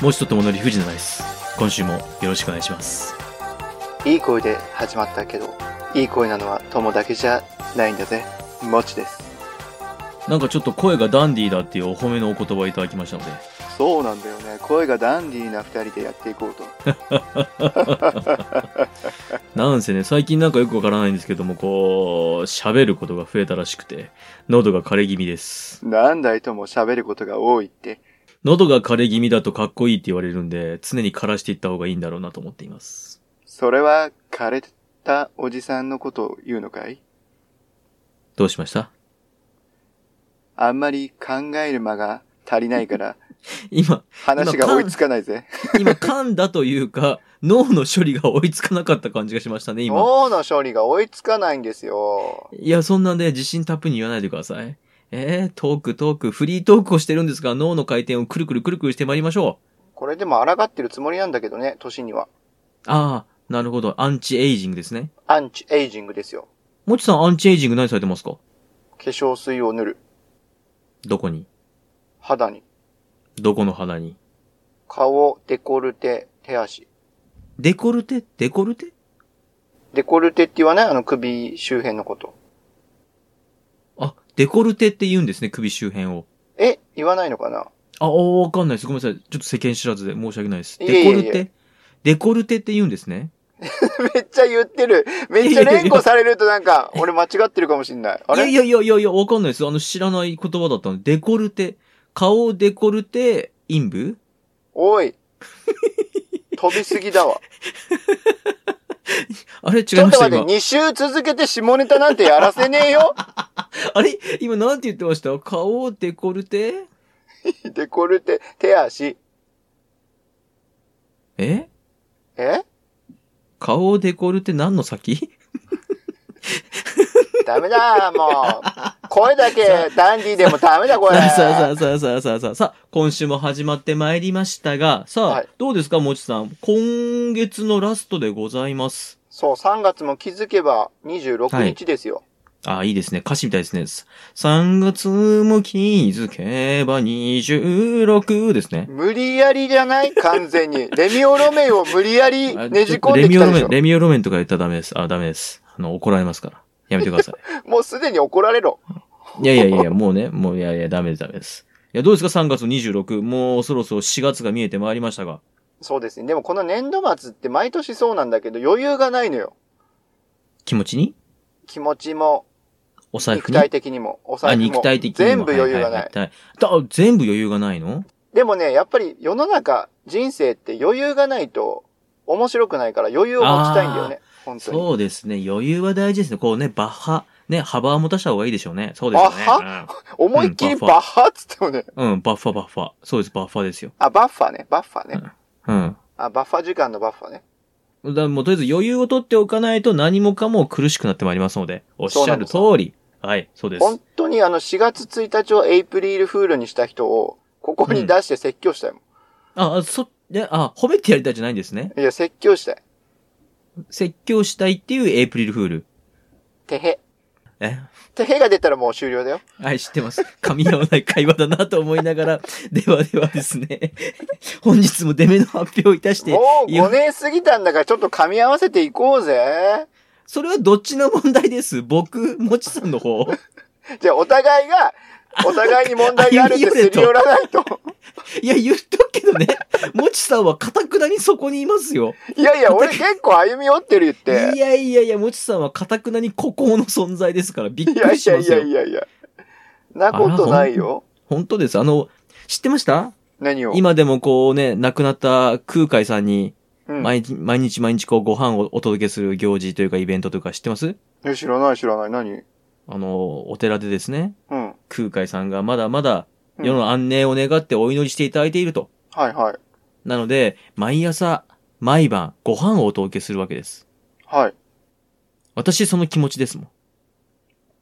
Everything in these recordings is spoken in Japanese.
もちとともの理不尽なナイス。今週もよろしくお願いします。いい声で始まったけど、いい声なのは友だけじゃないんだぜ。もちです。なんかちょっと声がダンディーだっていうお褒めのお言葉いただきましたので、そうなんだよね。声がダンディーな二人でやっていこうと。なんせね、最近なんかよくわからないんですけども、こう、喋ることが増えたらしくて、喉が枯れ気味です。何代とも喋ることが多いって。喉が枯れ気味だとかっこいいって言われるんで、常に枯らしていった方がいいんだろうなと思っています。それは枯れたおじさんのことを言うのかいどうしましたあんまり考える間が足りない から、今、話が追いつかないぜ。今噛んだというか、脳の処理が追いつかなかった感じがしましたね、今。脳の処理が追いつかないんですよ。いや、そんなんで自信たっぷりに言わないでください。えー、トークトーク、フリートークをしてるんですが、脳の回転をくるくるくるくるしてまいりましょう。これでも抗ってるつもりなんだけどね、年には。ああ、なるほど。アンチエイジングですね。アンチエイジングですよ。もちさん、アンチエイジング何されてますか化粧水を塗る。どこに肌に。どこの肌に顔、デコルテ、手足。デコルテデコルテデコルテって言わないあの首周辺のこと。あ、デコルテって言うんですね、首周辺を。え言わないのかな あ、おわかんないです。ごめんなさい。ちょっと世間知らずで申し訳ないです。いえデいコえいえルテデコルテって言うんですね。めっちゃ言ってる。めっちゃ連呼されるとなんか、俺間違ってるかもしんない。あいやいれやいやいやいや、わかんないです。あの、知らない言葉だったので、デコルテ。顔デコルテ、陰部おい。飛びすぎだわ。あれ違い ちょっましたと待っ今て、。2週続けて下ネタなんてやらせねえよ。 あれ今なんて言ってました顔、デコルテデコルテ、手足。ええ顔、デコルテ何の先ダメだ、も う。声だけダンディでもダメだ、これ。 さあさあさあさあさあさあさあ、今週も始まってまいりましたが、さあ、はいどうですかもちさん。今月のラストでございます。そう、3月も気づけば26日ですよ。ああ、いいですね。歌詞みたいですね。3月も気づけば26ですね。無理やりじゃない完全 に。レミオロメイを無理やりあねちじょっと込んレでミきオたロでメしン、ょ。レミオロメンとか言ったらダメです。あ、ダメです。あの、怒られますから。やめてください。もうすでに怒られろ。いやいやいやいや、もうね、もういやいや、ダメです、ダメです。いや、どうですか ?3 月26、もうそろそろ4月が見えてまいりましたが。そうですね。でもこの年度末って毎年そうなんだけど余裕がないのよ。気持ちに気持ちも、お財布肉に体的にも、おあ、財布も。肉体的にも。全部余裕がはない。ははいだ全部余裕がないのでもね、やっぱり世の中、人生って余裕がないと面白くないから余裕を持ちたいんだよね。本当に。そうですね。余裕は大事ですね。こうね、バッハ。ね、幅を持たした方がいいでしょうね。そうですよね。バッハ思いっきりうんババッファっつってもね。うん、バッファ、バッファ。そうです、バッファですよ。あ、バッファね。バッファね。うん。あ、バッファ時間のバッファね。だからもうとりあえず余裕を取っておかないと何もかも苦しくなってまいりますので、おっしゃる通り。はい、そうです。本当にあの4月1日をエイプリルフールにした人を、ここに出して説教したいもん。あ、あそ、ね、あ、褒めてやりたいじゃないんですね。いや、説教したい。説教したいっていうエイプリルフール。てへ。えてへが出たらもう終了だよ。はい、知ってます。噛み合わない会話だなと思いながら、 ではではですね、本日も出目の発表をいたして、もういや5年過ぎたんだからちょっと噛み合わせていこうぜ。それはどっちの問題です僕、もちさんの方じゃあお互いが、お互いに問題が あるってすり寄らないと。いや、言っとくけどね、もちさんは堅くなにそこにいますよ。いやいや、俺結構歩み寄ってる言っいて。やいやいや、もちさんは堅くなに孤高の存在ですから、びっくいやりいしやまいすよ。やいやいや。なことないよ。本当です。あの、知ってました何を。今でもこうね、亡くなった空海さんに、うん。毎日、毎日毎日こうご飯をお届けする行事というかイベントというか知ってますえ知らない知らない。何あの、お寺でですね、うん。は空海さんがまだまだうん世の安寧を願ってお祈りしていただいていると。いはい。なので、毎朝、毎晩、ご飯をお届けするわけです。はい。私、その気持ちですもん。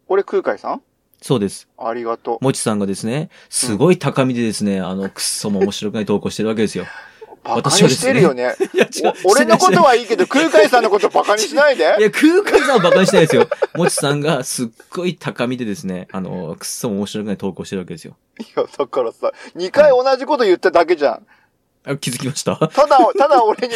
俺空海さんそうです。ありがとう。もちさんがですね、すごい高みでですね、あの、くっそも面白くない投稿してるわけ ですよ。バカに私はですしねてるよね。いや、違うお俺のことははいいけど、空海さんのことバカにしないいで。や、空海さんは馬鹿にしてないですよ。もちさんがすっごい高みでですね、あの、くっそも面白くない投稿してるわけですよ。いや、だからさ、2回同じこと言っただけじゃん。あ気づきました ただ、ただ俺に、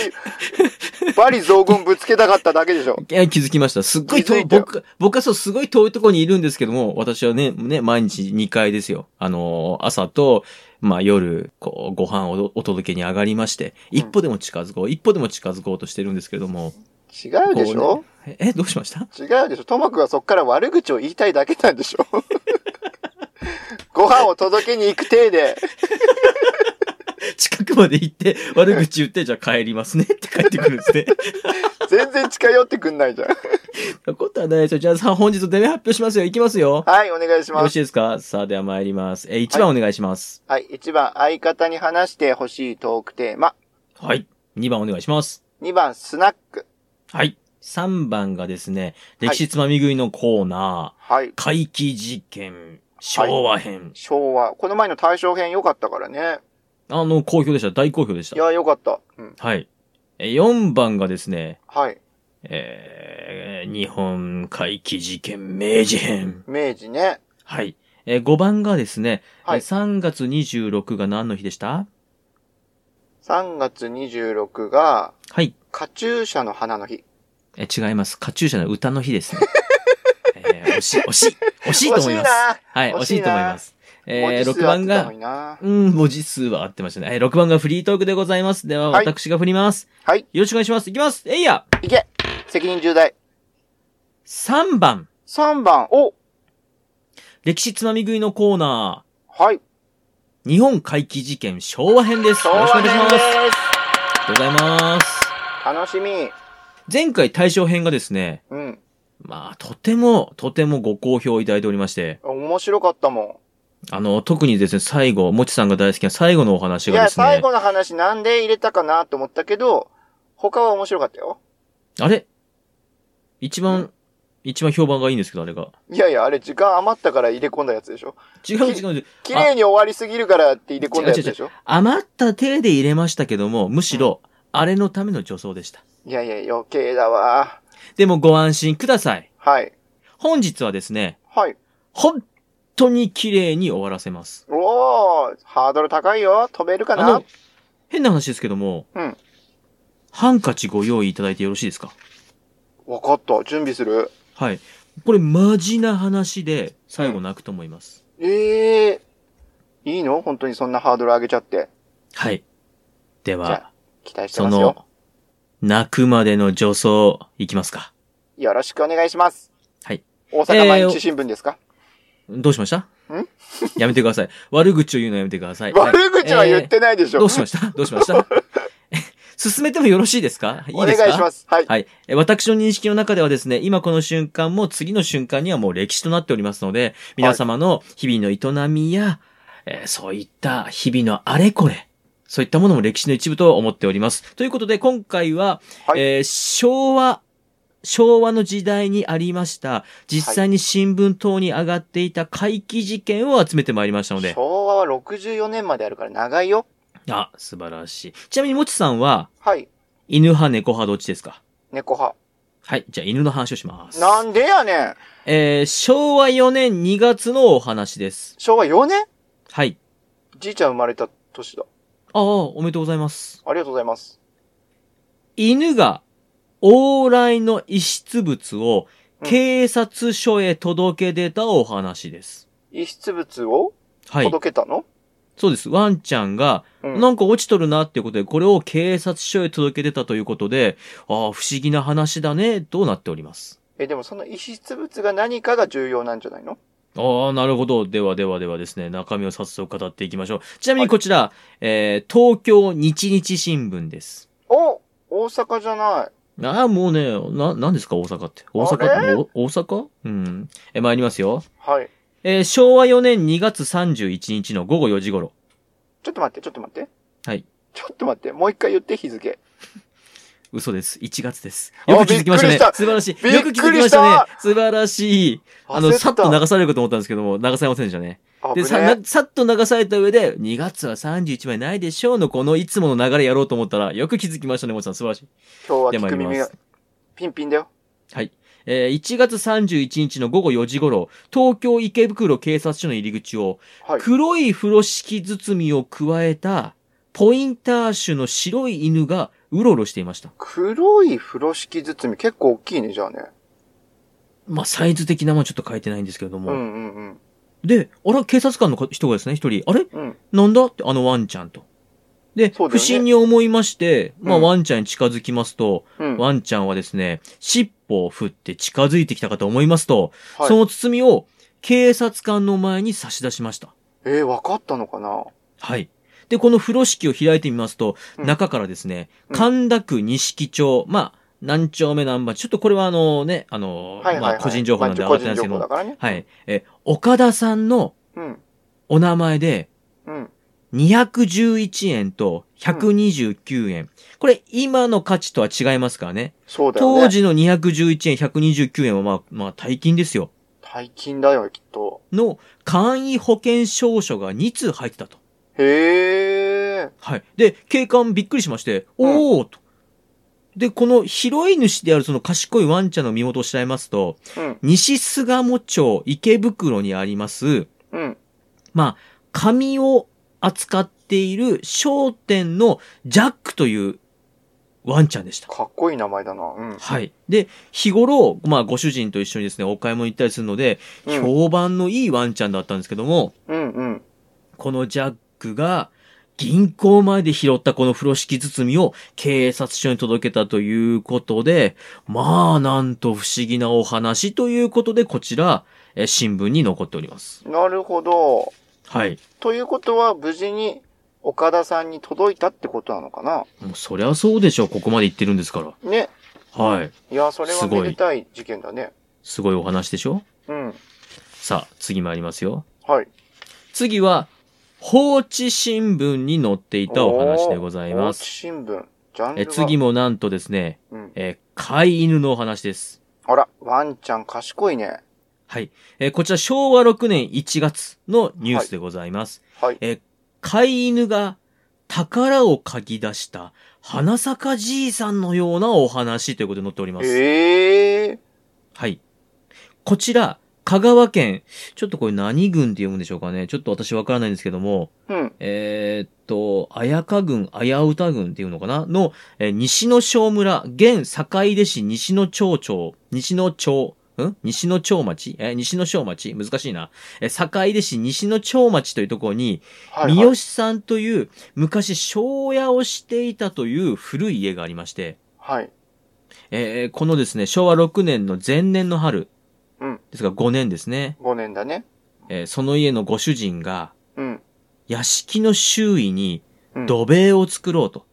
バリ増言ぶつけたかっただけでしょ。いや気づきました。すっごい遠い、気づいたよ僕、僕はそう、すごい遠いところにいるんですけども、私はね、ね、毎日2回ですよ。あのー朝と、まあ夜、こう、ご飯をお届けに上がりまして、一歩でも近づこう、一歩でも近づこうとしてるんですけども、違うでしょ、ええ、どうしました 違うでしょトマクがそっから悪口を言いたいだけなんでしょご飯を届けに行く体で、近くまで行って、悪口言って、じゃあ帰りますねって帰ってくるんです ね。全然近寄ってくんないじゃん。そんなことはないですよ。じゃあさあ、本日の出目発表しますよ。行きますよ。はい、お願いしよまろしす。いですかさあ、では参ります。えー、1番お願いします。はい、1番、相方に話してほしいトークテーマ。はい。2番お願いします。 2番、スナック。はい。3番がですね、歴史つまみ食いのコーナはいー、。怪奇事件、昭和編。昭和。この前の大正編良かったからね。あの、好評でした。大好評でしいた。や、良かった。うん。はい。えー、4番がですね、はい。えー日本怪奇事件明治編。明治ね。はい。えー、5番がですね、はいえー3月26が何の日でした3月26が、はい。カチューシャの花の日。えー違います。カチューシャの歌の日 ですね。えー惜しい、惜しい、惜しいと思います。はい、惜惜ししいいなと思います。惜しいな。えー、文字6数合っ番てたのがに、なうん、文字数は合ってましたね。えー、6番がフリートークでございます。では、はい私が振ります。はいよろしくお願いします。いきますえいやいけ責任重大。 !3 番、 3番、お歴史つまみ食いのコーナはい。ー、日本怪奇事件昭和編です。昭よろ和しくお編願いします。でありがとうございます。す。楽しみ。前回大賞編がですね、うん。まあ、とても、とてもご好評いただいておりまして、面白かったもあの、特にですね、最後、もちさんが大好きな最後のお話ん。いがや、ですね、最後の話なんで入れたかなと思ったけど、他は面白かったよ。あれ一う番、一番評判がいいんですけど、あれが。いやいや、あれ時間余ったから入れ込んだやつでしょ。違う違う違う。綺麗に終わりすぎるからって入れ込んだやつでしょ。余った手で入れましたけども、むしろ、あれのための助走でした。いやいや、余計だわ。でもご安心ください。はい。本日はですね、はい。本当に綺麗に終わらせます。おー、ハードル高いよ。飛べるかあなの、変な話ですけども、うんハンカチご用意いただいてよろしいですかわかった。準備する。はい。これ、マジな話で、最後泣くと思います。ええー。いいの本当にそんなハードル上げちゃって。はい。でじゃは、期待してそますよ。の、泣くまでの助走、いきますか。よろしくお願いします。はい。大えー阪毎日新聞ですか、 どうしましたやめてください。悪口を言うのやめてください。悪口は言ってないでしょ。どうしましたどうしました 進めてもよろしいですかいいですかお願いします。はい。はい。え私の認識の中ではですね、今この瞬間も次の瞬間にはもう歴史となっておりますので、皆様の日々の営みや、えーそういった日々のあれこれ、そういったものも歴史の一部と思っております。ということで、今回は、はいえー昭和、昭和の時代にありました、実際に新聞等に上がっていた怪奇事件を集めてまいりましたので、昭和は64年まであるから長いよ。あ、素晴らしい。ちなみに、もちさんは、はい。犬派、猫派、どっちですか猫派。はい。じゃあ、犬の話をします。なんでやねん。えー昭和4年2月のお話です。昭和4年はい。じいちゃん生まれた年だ。ああ、おめでとうございます。ありがとうございます。犬が往来の遺失物をうん警察署へ届け出たお話です。遺失物をはい。届けたの、そうです。ワンちゃんが、うんなんか落ちとるなっていうことで、これを警察署へ届け出たということで、ああ、不思議な話だね、となっております。え、でもその遺失物が何かが重要なんじゃないのああ、なるほど。ではではではですね、中身を早速語っていきましょう。ちなみにこちら、えー東京日日新聞です。お大阪じゃない。ああ、もうね、な、何ですか、大阪って。大あれ阪お大阪うん。え、参りますよ。はい。えー昭和4年2月31日の午後4時頃。ちょっと待って、ちょっと待って。はい。ちょっと待って、もう一回言って日付。嘘です。1月です。あよく気づきましたびねっくりした。素晴らしびっくりい。したよく気づきましたね。素晴らしい。あの、焦たさっと流されるかと思ったんですけども、流されませんでしたね。で、危さ、ねなさっと流された上で、2月は31枚ないでしょうの、このいつもの流れやろうと思ったら、よく気づきましたね、もちさん。素晴らしい。今日はで、聞参くりま耳がす。ピンピンだよ。えー1月31日の午後4時頃、東京池袋警察署の入り口を、はい。黒い風呂敷包みを加えたポインター種の白い犬がうろうろしていました。黒い風呂敷包み結構大きいね、じゃあね。まあ、サイズ的なもんちょっと書いてないんですけれどうも。んうんうん。で、あら、警察官の人がですね、一人、あれうん。なんだって、あのワンちゃんと。で、そうだよ不ね審に思いまして、まあ、うんワンちゃんに近づきますと、うん。ワンちゃんはですね、尻尾を振って近づいてきたかと思いますと、はいその包みを警察官の前に差し出しました。えー、わかったのかなはい。で、この風呂敷を開いてみますと、うん中からですね、うん神田区錦町、まあ、何丁目何番、ちょっとこれはあのね、あの、はいはい、はいまあ、個人情報なんでま上があってないんですけ個人情報だど、からね。はい。え、岡田さんのうん。お名前で、うん。 211円と129円。これ、今の価値とは違いますからね。そうだよね。当。時の211円、129円はまあ、まあ、大金ですよ。大金だよ、きっと。の、簡易保険証書が2通入ってたと。へえ。はい。で、警官びっくりしまして、おーと。で、この拾い主であるその賢いワンちゃんの身元を調べますと、うん。西巣鴨町池袋にあります、うん。まあ、紙を扱っている商店のジャックというワンちゃんでした。かっこいい名前だな。うん。はい。で、日頃、まあ、ご主人と一緒にですね、お買い物行ったりするので、うん。評判のいいワンちゃんだったんですけども、うん。うん。このジャックが銀行前で拾ったこの風呂敷包みを警察署に届けたということで、まあなんと不思議なお話ということでこちら、えー新聞に残っております。なるほど。はい。ということは、無事に岡田さんに届いたってことなのかなもうそりゃそうでしょう。ここまで言ってるんですから。ね。はい。いや、それはすごいめでたい事件だね。すごいお話でしょうん。さあ、次参りますよ。はい。次は、放置新聞に載っていたお話でございまおー放置す。新聞。ジャンルえが次もなんとですね、うん。えー飼い犬のお話です。あら、ワンちゃん賢いね。はい。えーこちら昭和6年1月のニュースでございます。はい。えー飼い犬が宝を嗅ぎ出した花坂じいさんのようなお話ということで載っております。ええはい。こちら、香川県、ちょっとこれ何郡って読むんでしょうかね。ちょっと私わからないんですけども、うん。えーっと、綾香郡、綾歌郡っていうのかなの、えー西野小村、現坂出市西野町町、西野町、ん西野町町えー西野小町難しいな。えー坂出市西野町町というところに、は三い、はい。好さんという、昔、庄屋をしていたという古い家がありまして、はい。えーこのですね、昭和6年の前年の春、うんですが5年ですね、 5年だね。えーその家のご主人が、うん。屋敷の周囲にうん、は土塀を作ろうと。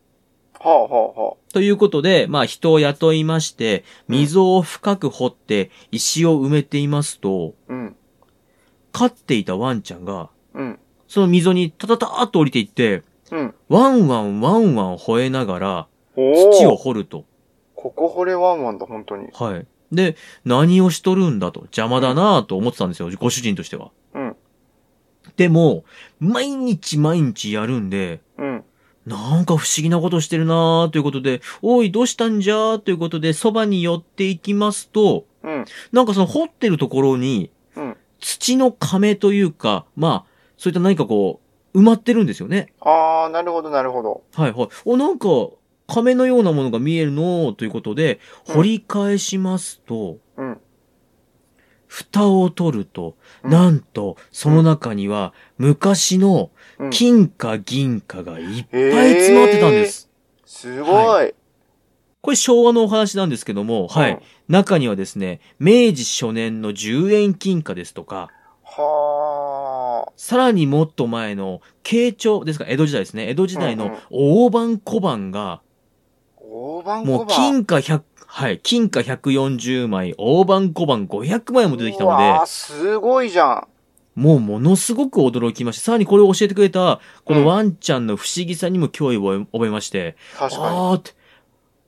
あ、はあ、はということで、まあ人を雇いまして、溝を深く掘って石を埋めていますと、あ。うん。飼っていたワンちゃんが、うん。その溝にタタターっと降りていって、うん。ワンワンワンワン吠えながらおー土を掘ると。ここ掘れワンワンだ、本当に。はい。で、何をしとるんだと、邪魔だなぁと思ってたんですよ、ご主人としては。うん。でも、毎日毎日やるんで、うん。なんか不思議なことしてるなぁということで、おい、どうしたんじゃーということで、そばに寄っていきますと、うん。なんかその掘ってるところに、うん。土の亀というか、まあ、そういった何かこう、埋まってるんですよね。あー、なるほど、なるほど。はいはい。お、なんか、亀のようなものが見えるのということで、うん掘り返しますと、うん。蓋を取ると、うんなんと、その中には、昔のうん。金貨銀貨がいっぱい詰まってたんです。すごい。はこれ昭和のお話なんですけども、はい。うん中にはですね、明治初年の10円金貨ですとか、はさらにもっと前の慶長ですか、江戸時代ですね。江戸時代うんうのん大判小判が、ー。大判も小う判。金貨100、はい、金貨140枚、大判小判500枚も出てきたのうわでー、すごいじゃん。もうものすごく驚きまして、さらにこれを教えてくれた、こうんのワンちゃんの不思議さにも脅威を覚えまして、確かに。あーって、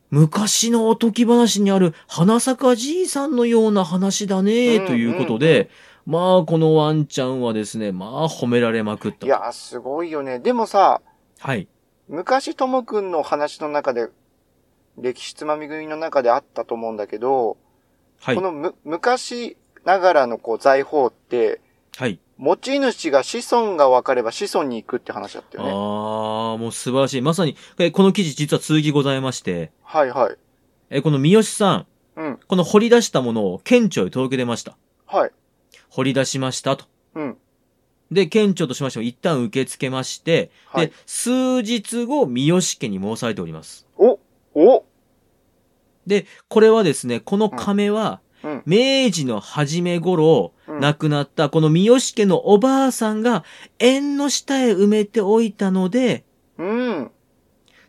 昔のおとき話にある花坂じいさんのような話だね、うんということで、まあこのワンちゃんはですね、まあ褒められまくっいた。やー、すごいよね。でもさ、はい。昔ともくんの話の中で、歴史つまみ組の中であったと思うんだけど、はいこ。のむ昔ながらのこう財宝って、はい。持ち主が子孫が分かれば子孫に行くって話だったよね。ああ、もう素晴らしい。まさに、えこの記事実は続きございまして、はいはい。えこの三好さん、うん。この掘り出したものを県庁へ届け出ました。はい。掘り出しましたと。うん。で、県庁としましても一旦受け付けまして、はいで、。数日後、三好家に申されております。おおで、これはですね、この亀は、うん。明治の初め頃、うん亡くなったこの三好家のおばあさんが縁の下へ埋めておいたので、うん。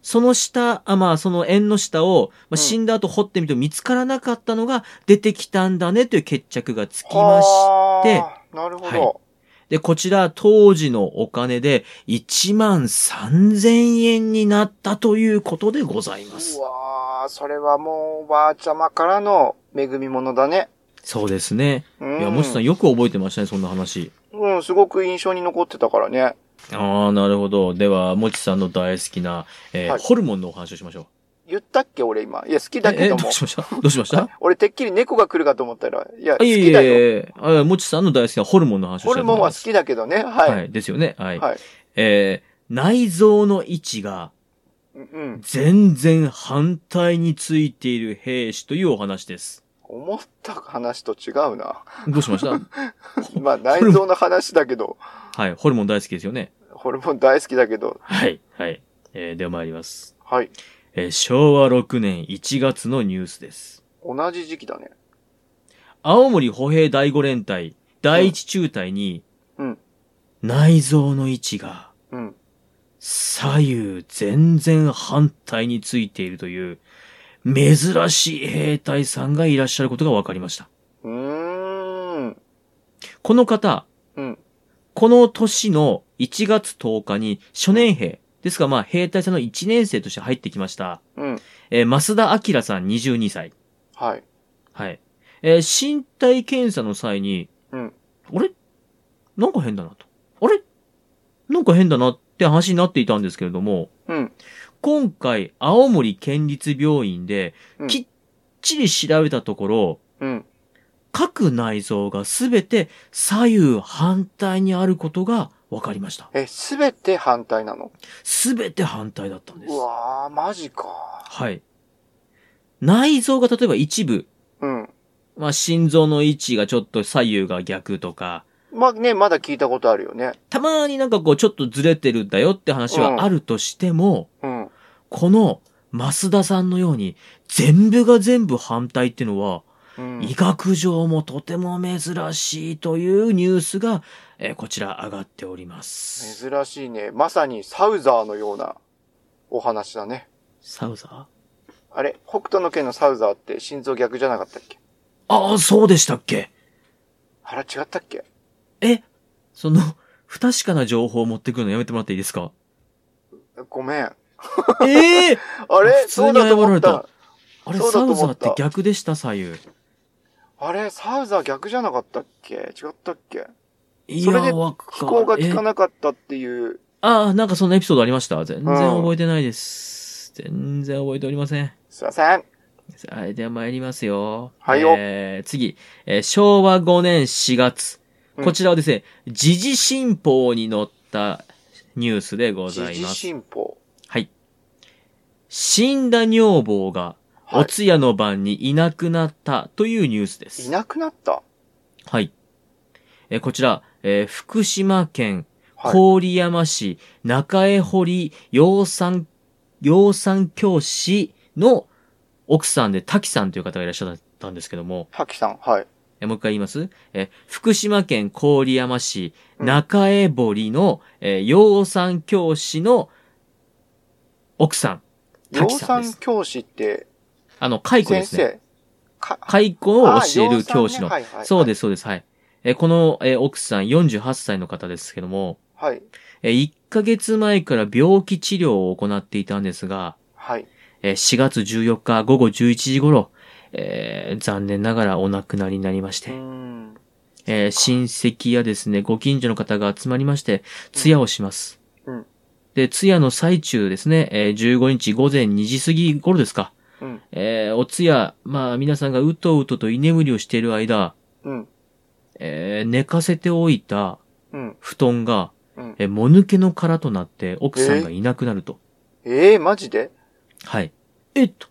その下、あまあその縁の下を、まうんあ、死んだ後掘ってみると見つからなかったのが出てきたんだねという決着がつきましはてあなるほはど。で、こちら当時のお金で1万3000円になったということでございまうす。わあそれはもうおばあちゃまからの恵み物だね。そうですね。うん。いや、もしさんよく覚えてましたね、そんな話。うん、すごく印象に残ってたからね。ああ、なるほど。では、もちさんの大好きな、えーはいホルモンのお話をしましょう。言ったっけ俺今。いや、好きだえけえどどもう。しました どうしました俺てっきり猫が来るかと思ったら、いや、好あいえきいだよ。えいえ、あもちさんの大好きなホルモンの話をホしたルいとモン思いはま好す。きだけどね。は。はいい。ですよね。はい。はい。えー内臓の位置がうん。全然反対についている兵士というお話です。思った話と違うな。 どうしましたまあ、内臓の話だけど、はい。ホルモン大好きですよね。ホルモン大好きだけど、はい。はい。えーでは参ります。はい。えー昭和6年1月のニュースです。同じ時期だね。青森歩兵第5連隊第1中隊に、うん内臓の位置がうん。左右全然反対についているという、珍しい兵隊さんがいらっしゃることが分かりました。うーん。この方、うん。この年の1月10日に初年兵、ですがまあ兵隊さんの1年生として入ってきました。うん。えー増田明さん22歳。はい。はい。えー身体検査の際に、うんあれなんか変だなと。あれなんか変だなって話になっていたんですけれども、うん。今回、青森県立病院でうん、きっちり調べたところ、うん。各内臓がすべて左右反対にあることが分かりました。え、すべて反対なのすべて反対だったんですう。わー、マジか。はい。内臓が例えば一部、うん。まあ、心臓の位置がちょっと左右が逆とか、まあね、まだ聞いたことあるよね。たまになんかこうちょっとずれてるんだよって話はあるとしても、うん。この増田さんのように全部が全部反対っていうのは、うん。医学上もとても珍しいというニュースが、えーこちら上がっております。珍しいね。まさにサウザーのようなお話だね。サウザーあれ北斗の拳のサウザーって心臓逆じゃなかったっけああ、そうでしたっけあら、違ったっけえ、その、不確かな情報を持ってくるのやめてもらっていいですかごめん。あええれ普通そにうだと思っ謝られたた。あれ、そうサだとウ思ザったーって逆でした、左右。あれサウザー逆じゃなかったっけ違ったっけいそれでわ飛行が効えかなかったっていう。ああ、なんかそんなエピソードありました全然うん覚えてないです。全然覚えておりません。すいません。はい、では参りますよ。はいよえー、次、えー昭和5年4月。うんこちらはですね、時事新報に載ったニュースでござ時い事ます。進歩。はい。死んだ女房が、はいお通夜の晩にいなくなったというニュースです。いなくなった。はい。えーこちら、えー福島県はい。郡山市中江堀養蚕、養蚕教師の奥さんで滝さんという方がいらっしゃったんですけども、ハキさん。はい。えもう一回言いますえ、福島県郡山市うん中江堀の、えー養蚕教師の奥さん、養滝さんで蚕す。教師って、あの、解雇で先すね。生。か。解雇を教える教師の。そうですす、そうです。はい。え、この、え、奥さん48歳の方ですけども、はい。え、1ヶ月前から病気治療を行っていたんですが、はい。えー、4月14日午後11時頃、えー残念ながらお亡くなりになりましうーて、ん。えー親戚やですね、ご近所の方が集まりまして、通夜をします。うんで、通夜の最中ですね、えー15日午前2時過ぎ頃ですか。うん。えーお通夜、まあ皆さんがうとうとと居眠りをしている間、うん。えー寝かせておいたうん。布団が、うん。え、もぬけの殻となって奥さんがいなくなると。ええー、マジではい。えっと、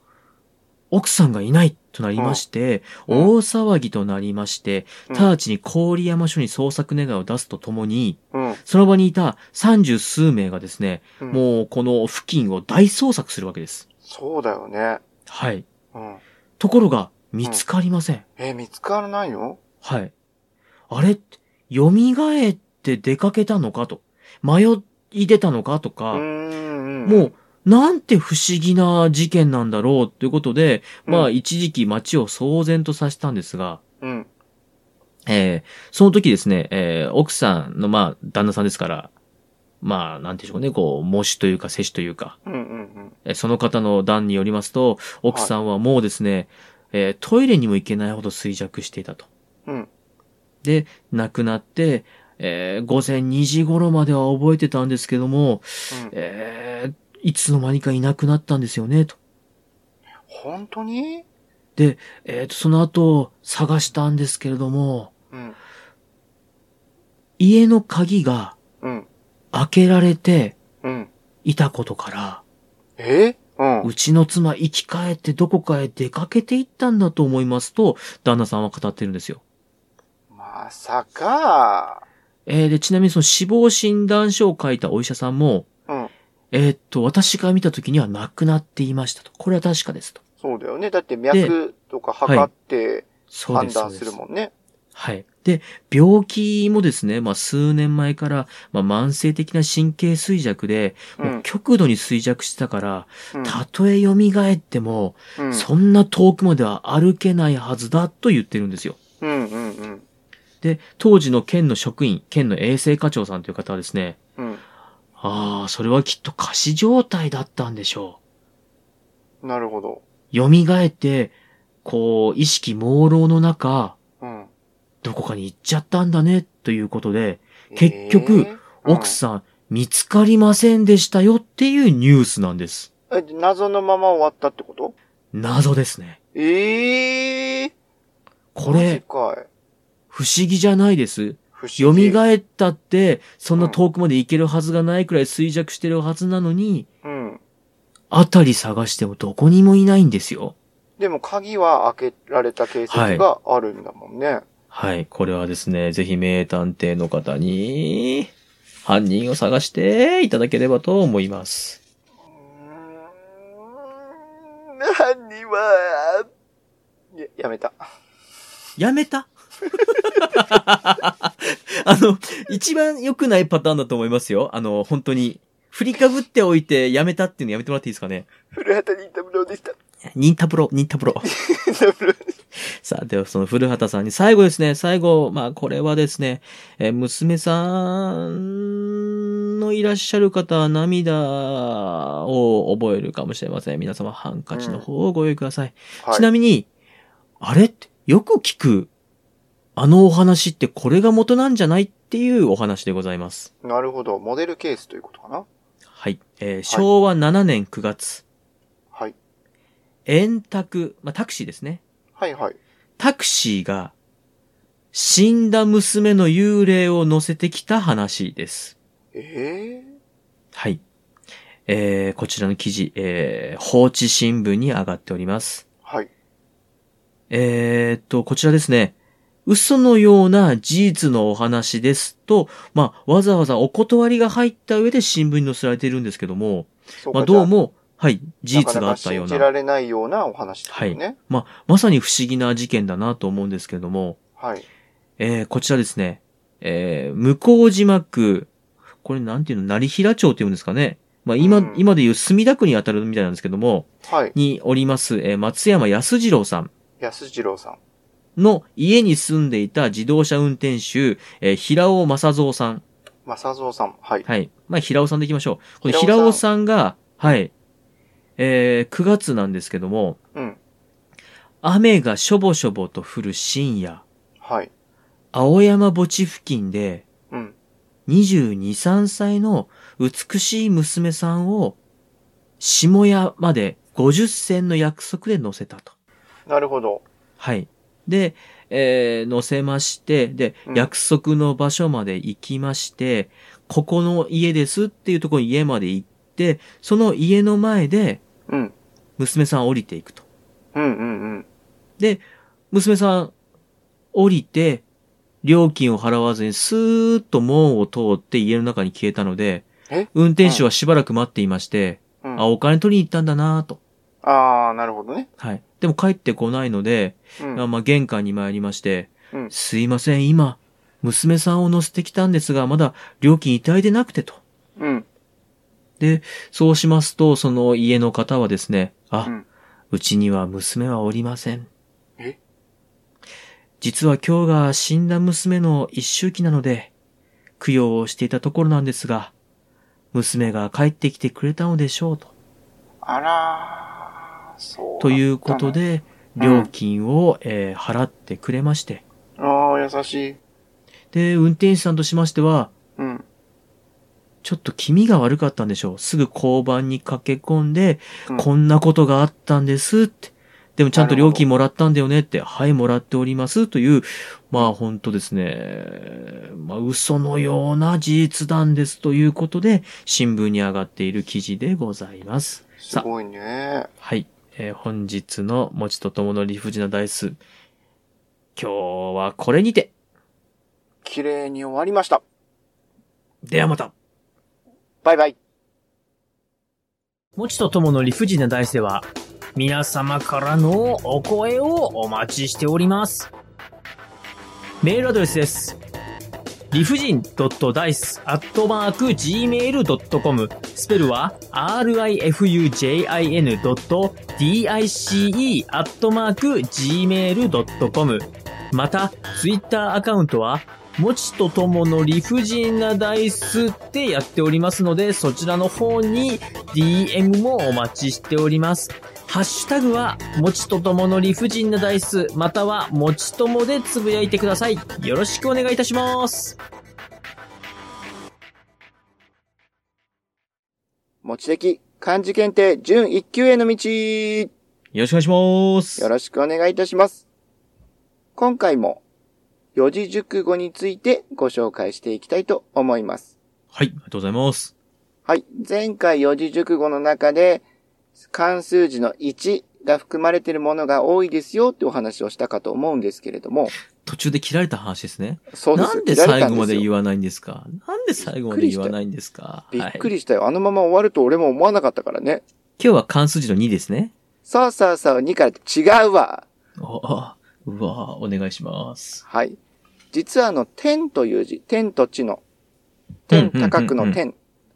奥さんがいないとなりまして、うん大騒ぎとなりまして、直ちに郡山署に捜索願を出すとともに、うん。その場にいた三十数名がですね、うんもうこの付近を大捜索するわけです。そうだよね。はい。うん。ところが、見つかりません。えー見つからないのはい。あれ蘇って出かけたのかと。迷い出たのかとうか、ーん。もう、なんて不思議な事件なんだろうということで、うんまあ一時期街を騒然とさせたんですが、うん。うん。えーその時ですね、えー奥さんのまあ旦那さんですから、まあなんていうんでしょうね、こう、模試というか、接種というか、うん。うん。えーその方の段によりますと、奥さんはもうですね、えートイレにも行けないほど衰弱していたと。うん。で、亡くなって、えー午前2時頃までは覚えてたんですけども、うん。えーいつの間にかいなくなったんですよね、と。本当にえーと、その後、探したんですけれども、うん。家の鍵がうん。開けられてうん。いたことから、えーうん。うちの妻生き返ってどこかへ出かけていったんだと思いますと、旦那さんは語ってるんですよ。まさか。えーで、ちなみにその死亡診断書を書いたお医者さんも、うん。えーっと、私が見た時には亡くなっていましたと。これは確かですと。そうだよね。だって脈とか測ってそうで判す。そう断でするもんね。はい。で、病気もですね、まあ数年前から、まあ慢性的な神経衰弱で、うんもう極度に衰弱してたから、うんたとえ蘇っても、うんそんな遠くまでは歩けないはずだと言ってるんですよ。うんうんうん。で、当時の県の職員、県の衛生課長さんという方はですね、うん。ああ、それはきっと過死状態だったんでしょなるほど。う。蘇って、こう、意識朦朧の中、うん。どこかに行っちゃったんだね、ということで、結局えー、奥さん、見つかりませんでしたよっていうニュースなんです。うん。え、謎のまま終わったってこと謎ですね。ええー。こマジれ、かい。不思議じゃないです。不蘇思議。ったって、そんな遠くまで行けるはずがないくらい衰弱してるはずなのに、うん。あたり探してもどこにもいないんですよ。でも鍵は開けられた形跡があるんだもんね。はい、これはですね、ぜひ名探偵の方に、犯人を探していただければと思います。うーん犯人は、や、やめた。やめた あの、一番良くないパターンだと思いますよ。あの、本当に。振りかぶっておいてやめたっていうのやめてもらっていいですかね。古畑任三郎でした。ニンタプロ、ニンタプロ。任三 郎さあ、ではその古畑さんに最後ですね、最後、まあこれはですね、えー娘さんのいらっしゃる方は涙を覚えるかもしれません。皆様ハンカチの方をご用意ください。はい。ちなみに、あれってよく聞く、あのお話ってこれが元なんじゃないっていうお話でございます。なるほど。モデルケースということかな。はい。えー昭和7年9月、はい。円卓、まあ、タクシーですね。はいはい。タクシーが、死んだ娘の幽霊を乗せてきた話です。えはい。えー、こちらの記事、えー、放置新聞に上がっております。えはい。えーっと、こちらですね。嘘のような事実のお話ですと、まあ、わざわざお断りが入った上で新聞に載せられているんですけども、そまあ、かじゃどうも、はい、事実があったようかか信じな、られないようなお話ですよね。まあ、まさに不思議な事件だなと思うんですけれども、はい。えー、こちらですね、えー、向島区、これなんていうの、成平町って言うんですかね。まあ、今、うん今でいう墨田区に当たるみたいなんですけども、はい。におります、えー、松山康次郎さん。安次郎さん。の家に住んでいた自動車運転手、えー平尾正蔵さん。正蔵さん。はい。はい。まあ、平尾さんでいきましょう。この平尾さん平尾さんが、はい。えー9月なんですけども、うん。雨がしょぼしょぼと降る深夜、はい。青山墓地付近で、うん。 22、3歳の美しい娘さんを、下屋まで50銭の約束で乗せたと。なるほど。はい。で、えー乗せまして、で、うん約束の場所まで行きまして、ここの家ですっていうところに家まで行って、その家の前でうん。娘さん降りていくと。うんうんうん。娘さん降りて、料金を払わずにスーッと門を通って家の中に消えたのでえ、運転手はしばらく待っていまして、うん、あ、お金取りに行ったんだなぁと。ああ、なるほどね。はい。でも帰ってこないので、うん。まあ玄関に参りまして、うんすいません、今、娘さんを乗せてきたんですが、まだ料金いただいてなくてと。うん。そうしますと、その家の方はですね、あ、ううんちには娘はおりません。え実は今日が死んだ娘の一周期なので、供養をしていたところなんですが、娘が帰ってきてくれたのでしょうと。あらー、そう。ということ。で、うん料金を、えー払ってくれまして。ああ、優しい。で、運転手さんとしましては、うん。ちょっと気味が悪かったんでしょう。すぐ交番に駆け込んで、うんこんなことがあったんですって。でもちゃんと料金もらったんだよねって、はい、もらっておりますという、まあ本当ですね、まあ嘘のような事実なんですということで、新聞に上がっている記事でございます。すごいね。はい。えー本日の持ちとともの理不尽なダイス。今日はこれにて。綺麗に終わりました。ではまた。バイバイ。もちとともの理不尽な大世は、皆様からのお声をお待ちしております。メールアドレスです。理不尽 .dice.gmail.com スペルは rifujin.dice.gmail.com また、ツイッターアカウントは、もちとともの理不尽なダイスってやっておりますので、そちらの方に DM もお待ちしております。ハッシュタグは、もちとともの理不尽なダイス、または、もちともでつぶやいてください。よろしくお願いいたします。持ち的漢字検定準一級へのよ道ろしくお願いしよます。ろしくお願いいたします。今回も四字熟語についてご紹介していきたいと思います。はい、ありがとうございます。はい。前回四字熟語の中で漢数字の1が含まれているものが多いですよってお話をしたかと思うんですけれども、途中で切られた話ですね。そうです。なんで最後まで言うわないんですかなんで最後まで言わないんですかびっくはい、りしたよ。あのまま終わると俺も思わなかったからね。今日は関数字の2ですね。さあさあさあ2から違うわ。おあ、うわお願いします。はい。実はあの、天という字、天と地の、天うんうんうんうん高くの天。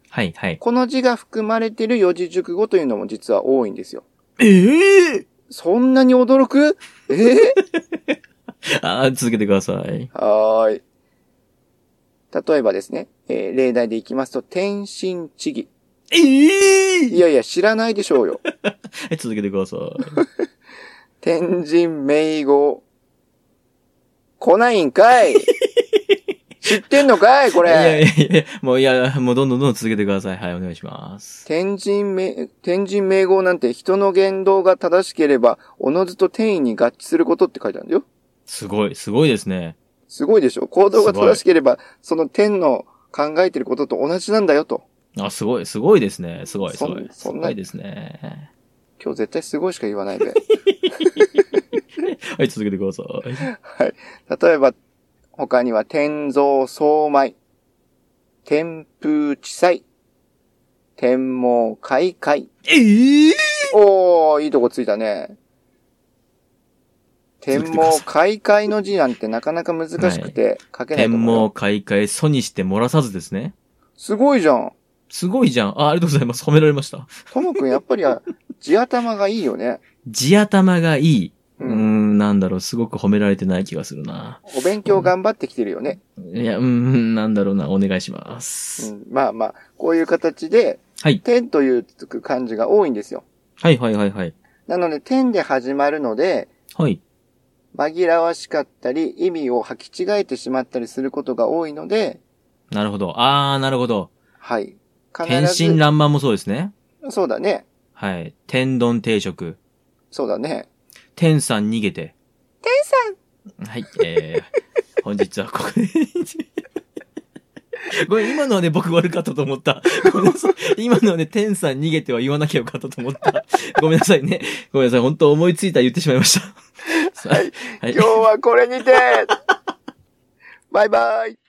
はい、はい。この字が含まれている四字熟語というのも実は多いんですよ。ええそんなに驚くええあー続けてください。はーい。例えばですね、えー例題でいきますと、天神地義。ええいやいや、知らないでしょうよ。はい、続けてください。天神名号。来ないんかい知ってんのかいこいれ。やいやいや、もういや、もうどんどんどんどん続けてください。はい、お願いします。天神名、天神名号なんて人の言動が正しければ、おのずと天意に合致することって書いてあるんだよ。すごい、すごいですね。すごいでしょ行動が正しければ、その天の考えてることと同じなんだよと。あ、すごい、すごいですね。すごい、すそんごい。すそんなごいですね。今日絶対すごいしか言わない で。はい、続けてください。はい。例えば、他には天蔵相米、天風地裁、天網開会。ええおー、いいとこついたね。天続けてくださ網い開会の字なんてなかなか難しくて書けないと天思うよ。網開会、素にして漏らさずですね。すごいじゃん。すごいじゃん。あ、ありがとうございます。褒められました。ともくん、やっぱり、あ地頭がいいよね。地頭がいい。ううーんん、なんだろう、すごく褒められてない気がするな。お勉強頑張ってきてるよね。いや、うーん、なんだろうな、お願いしまうす。ん、まあまあ、こういう形で、はい天というつく漢字が多いんですよ。はい、はい、はい、はい。なので、天で始まるので、はい。紛らわしかったり、意味を履き違えてしまったりすることが多いので、なるほど。あー、なるほど。はい。天真爛漫もそうですね。そうだね。はい。天丼定食。そうだね。天さん逃げて。天さん、はい、えー、本日はここで。ごめん、今のはね、僕悪かったと思った。ごめんなさい。今のはね、天さん逃げては言わなきゃよかったと思った。ごめんなさいね。ごめんなさい。本当思いついたら言ってしまいました。はい。はい 今日はこれにてバイバイ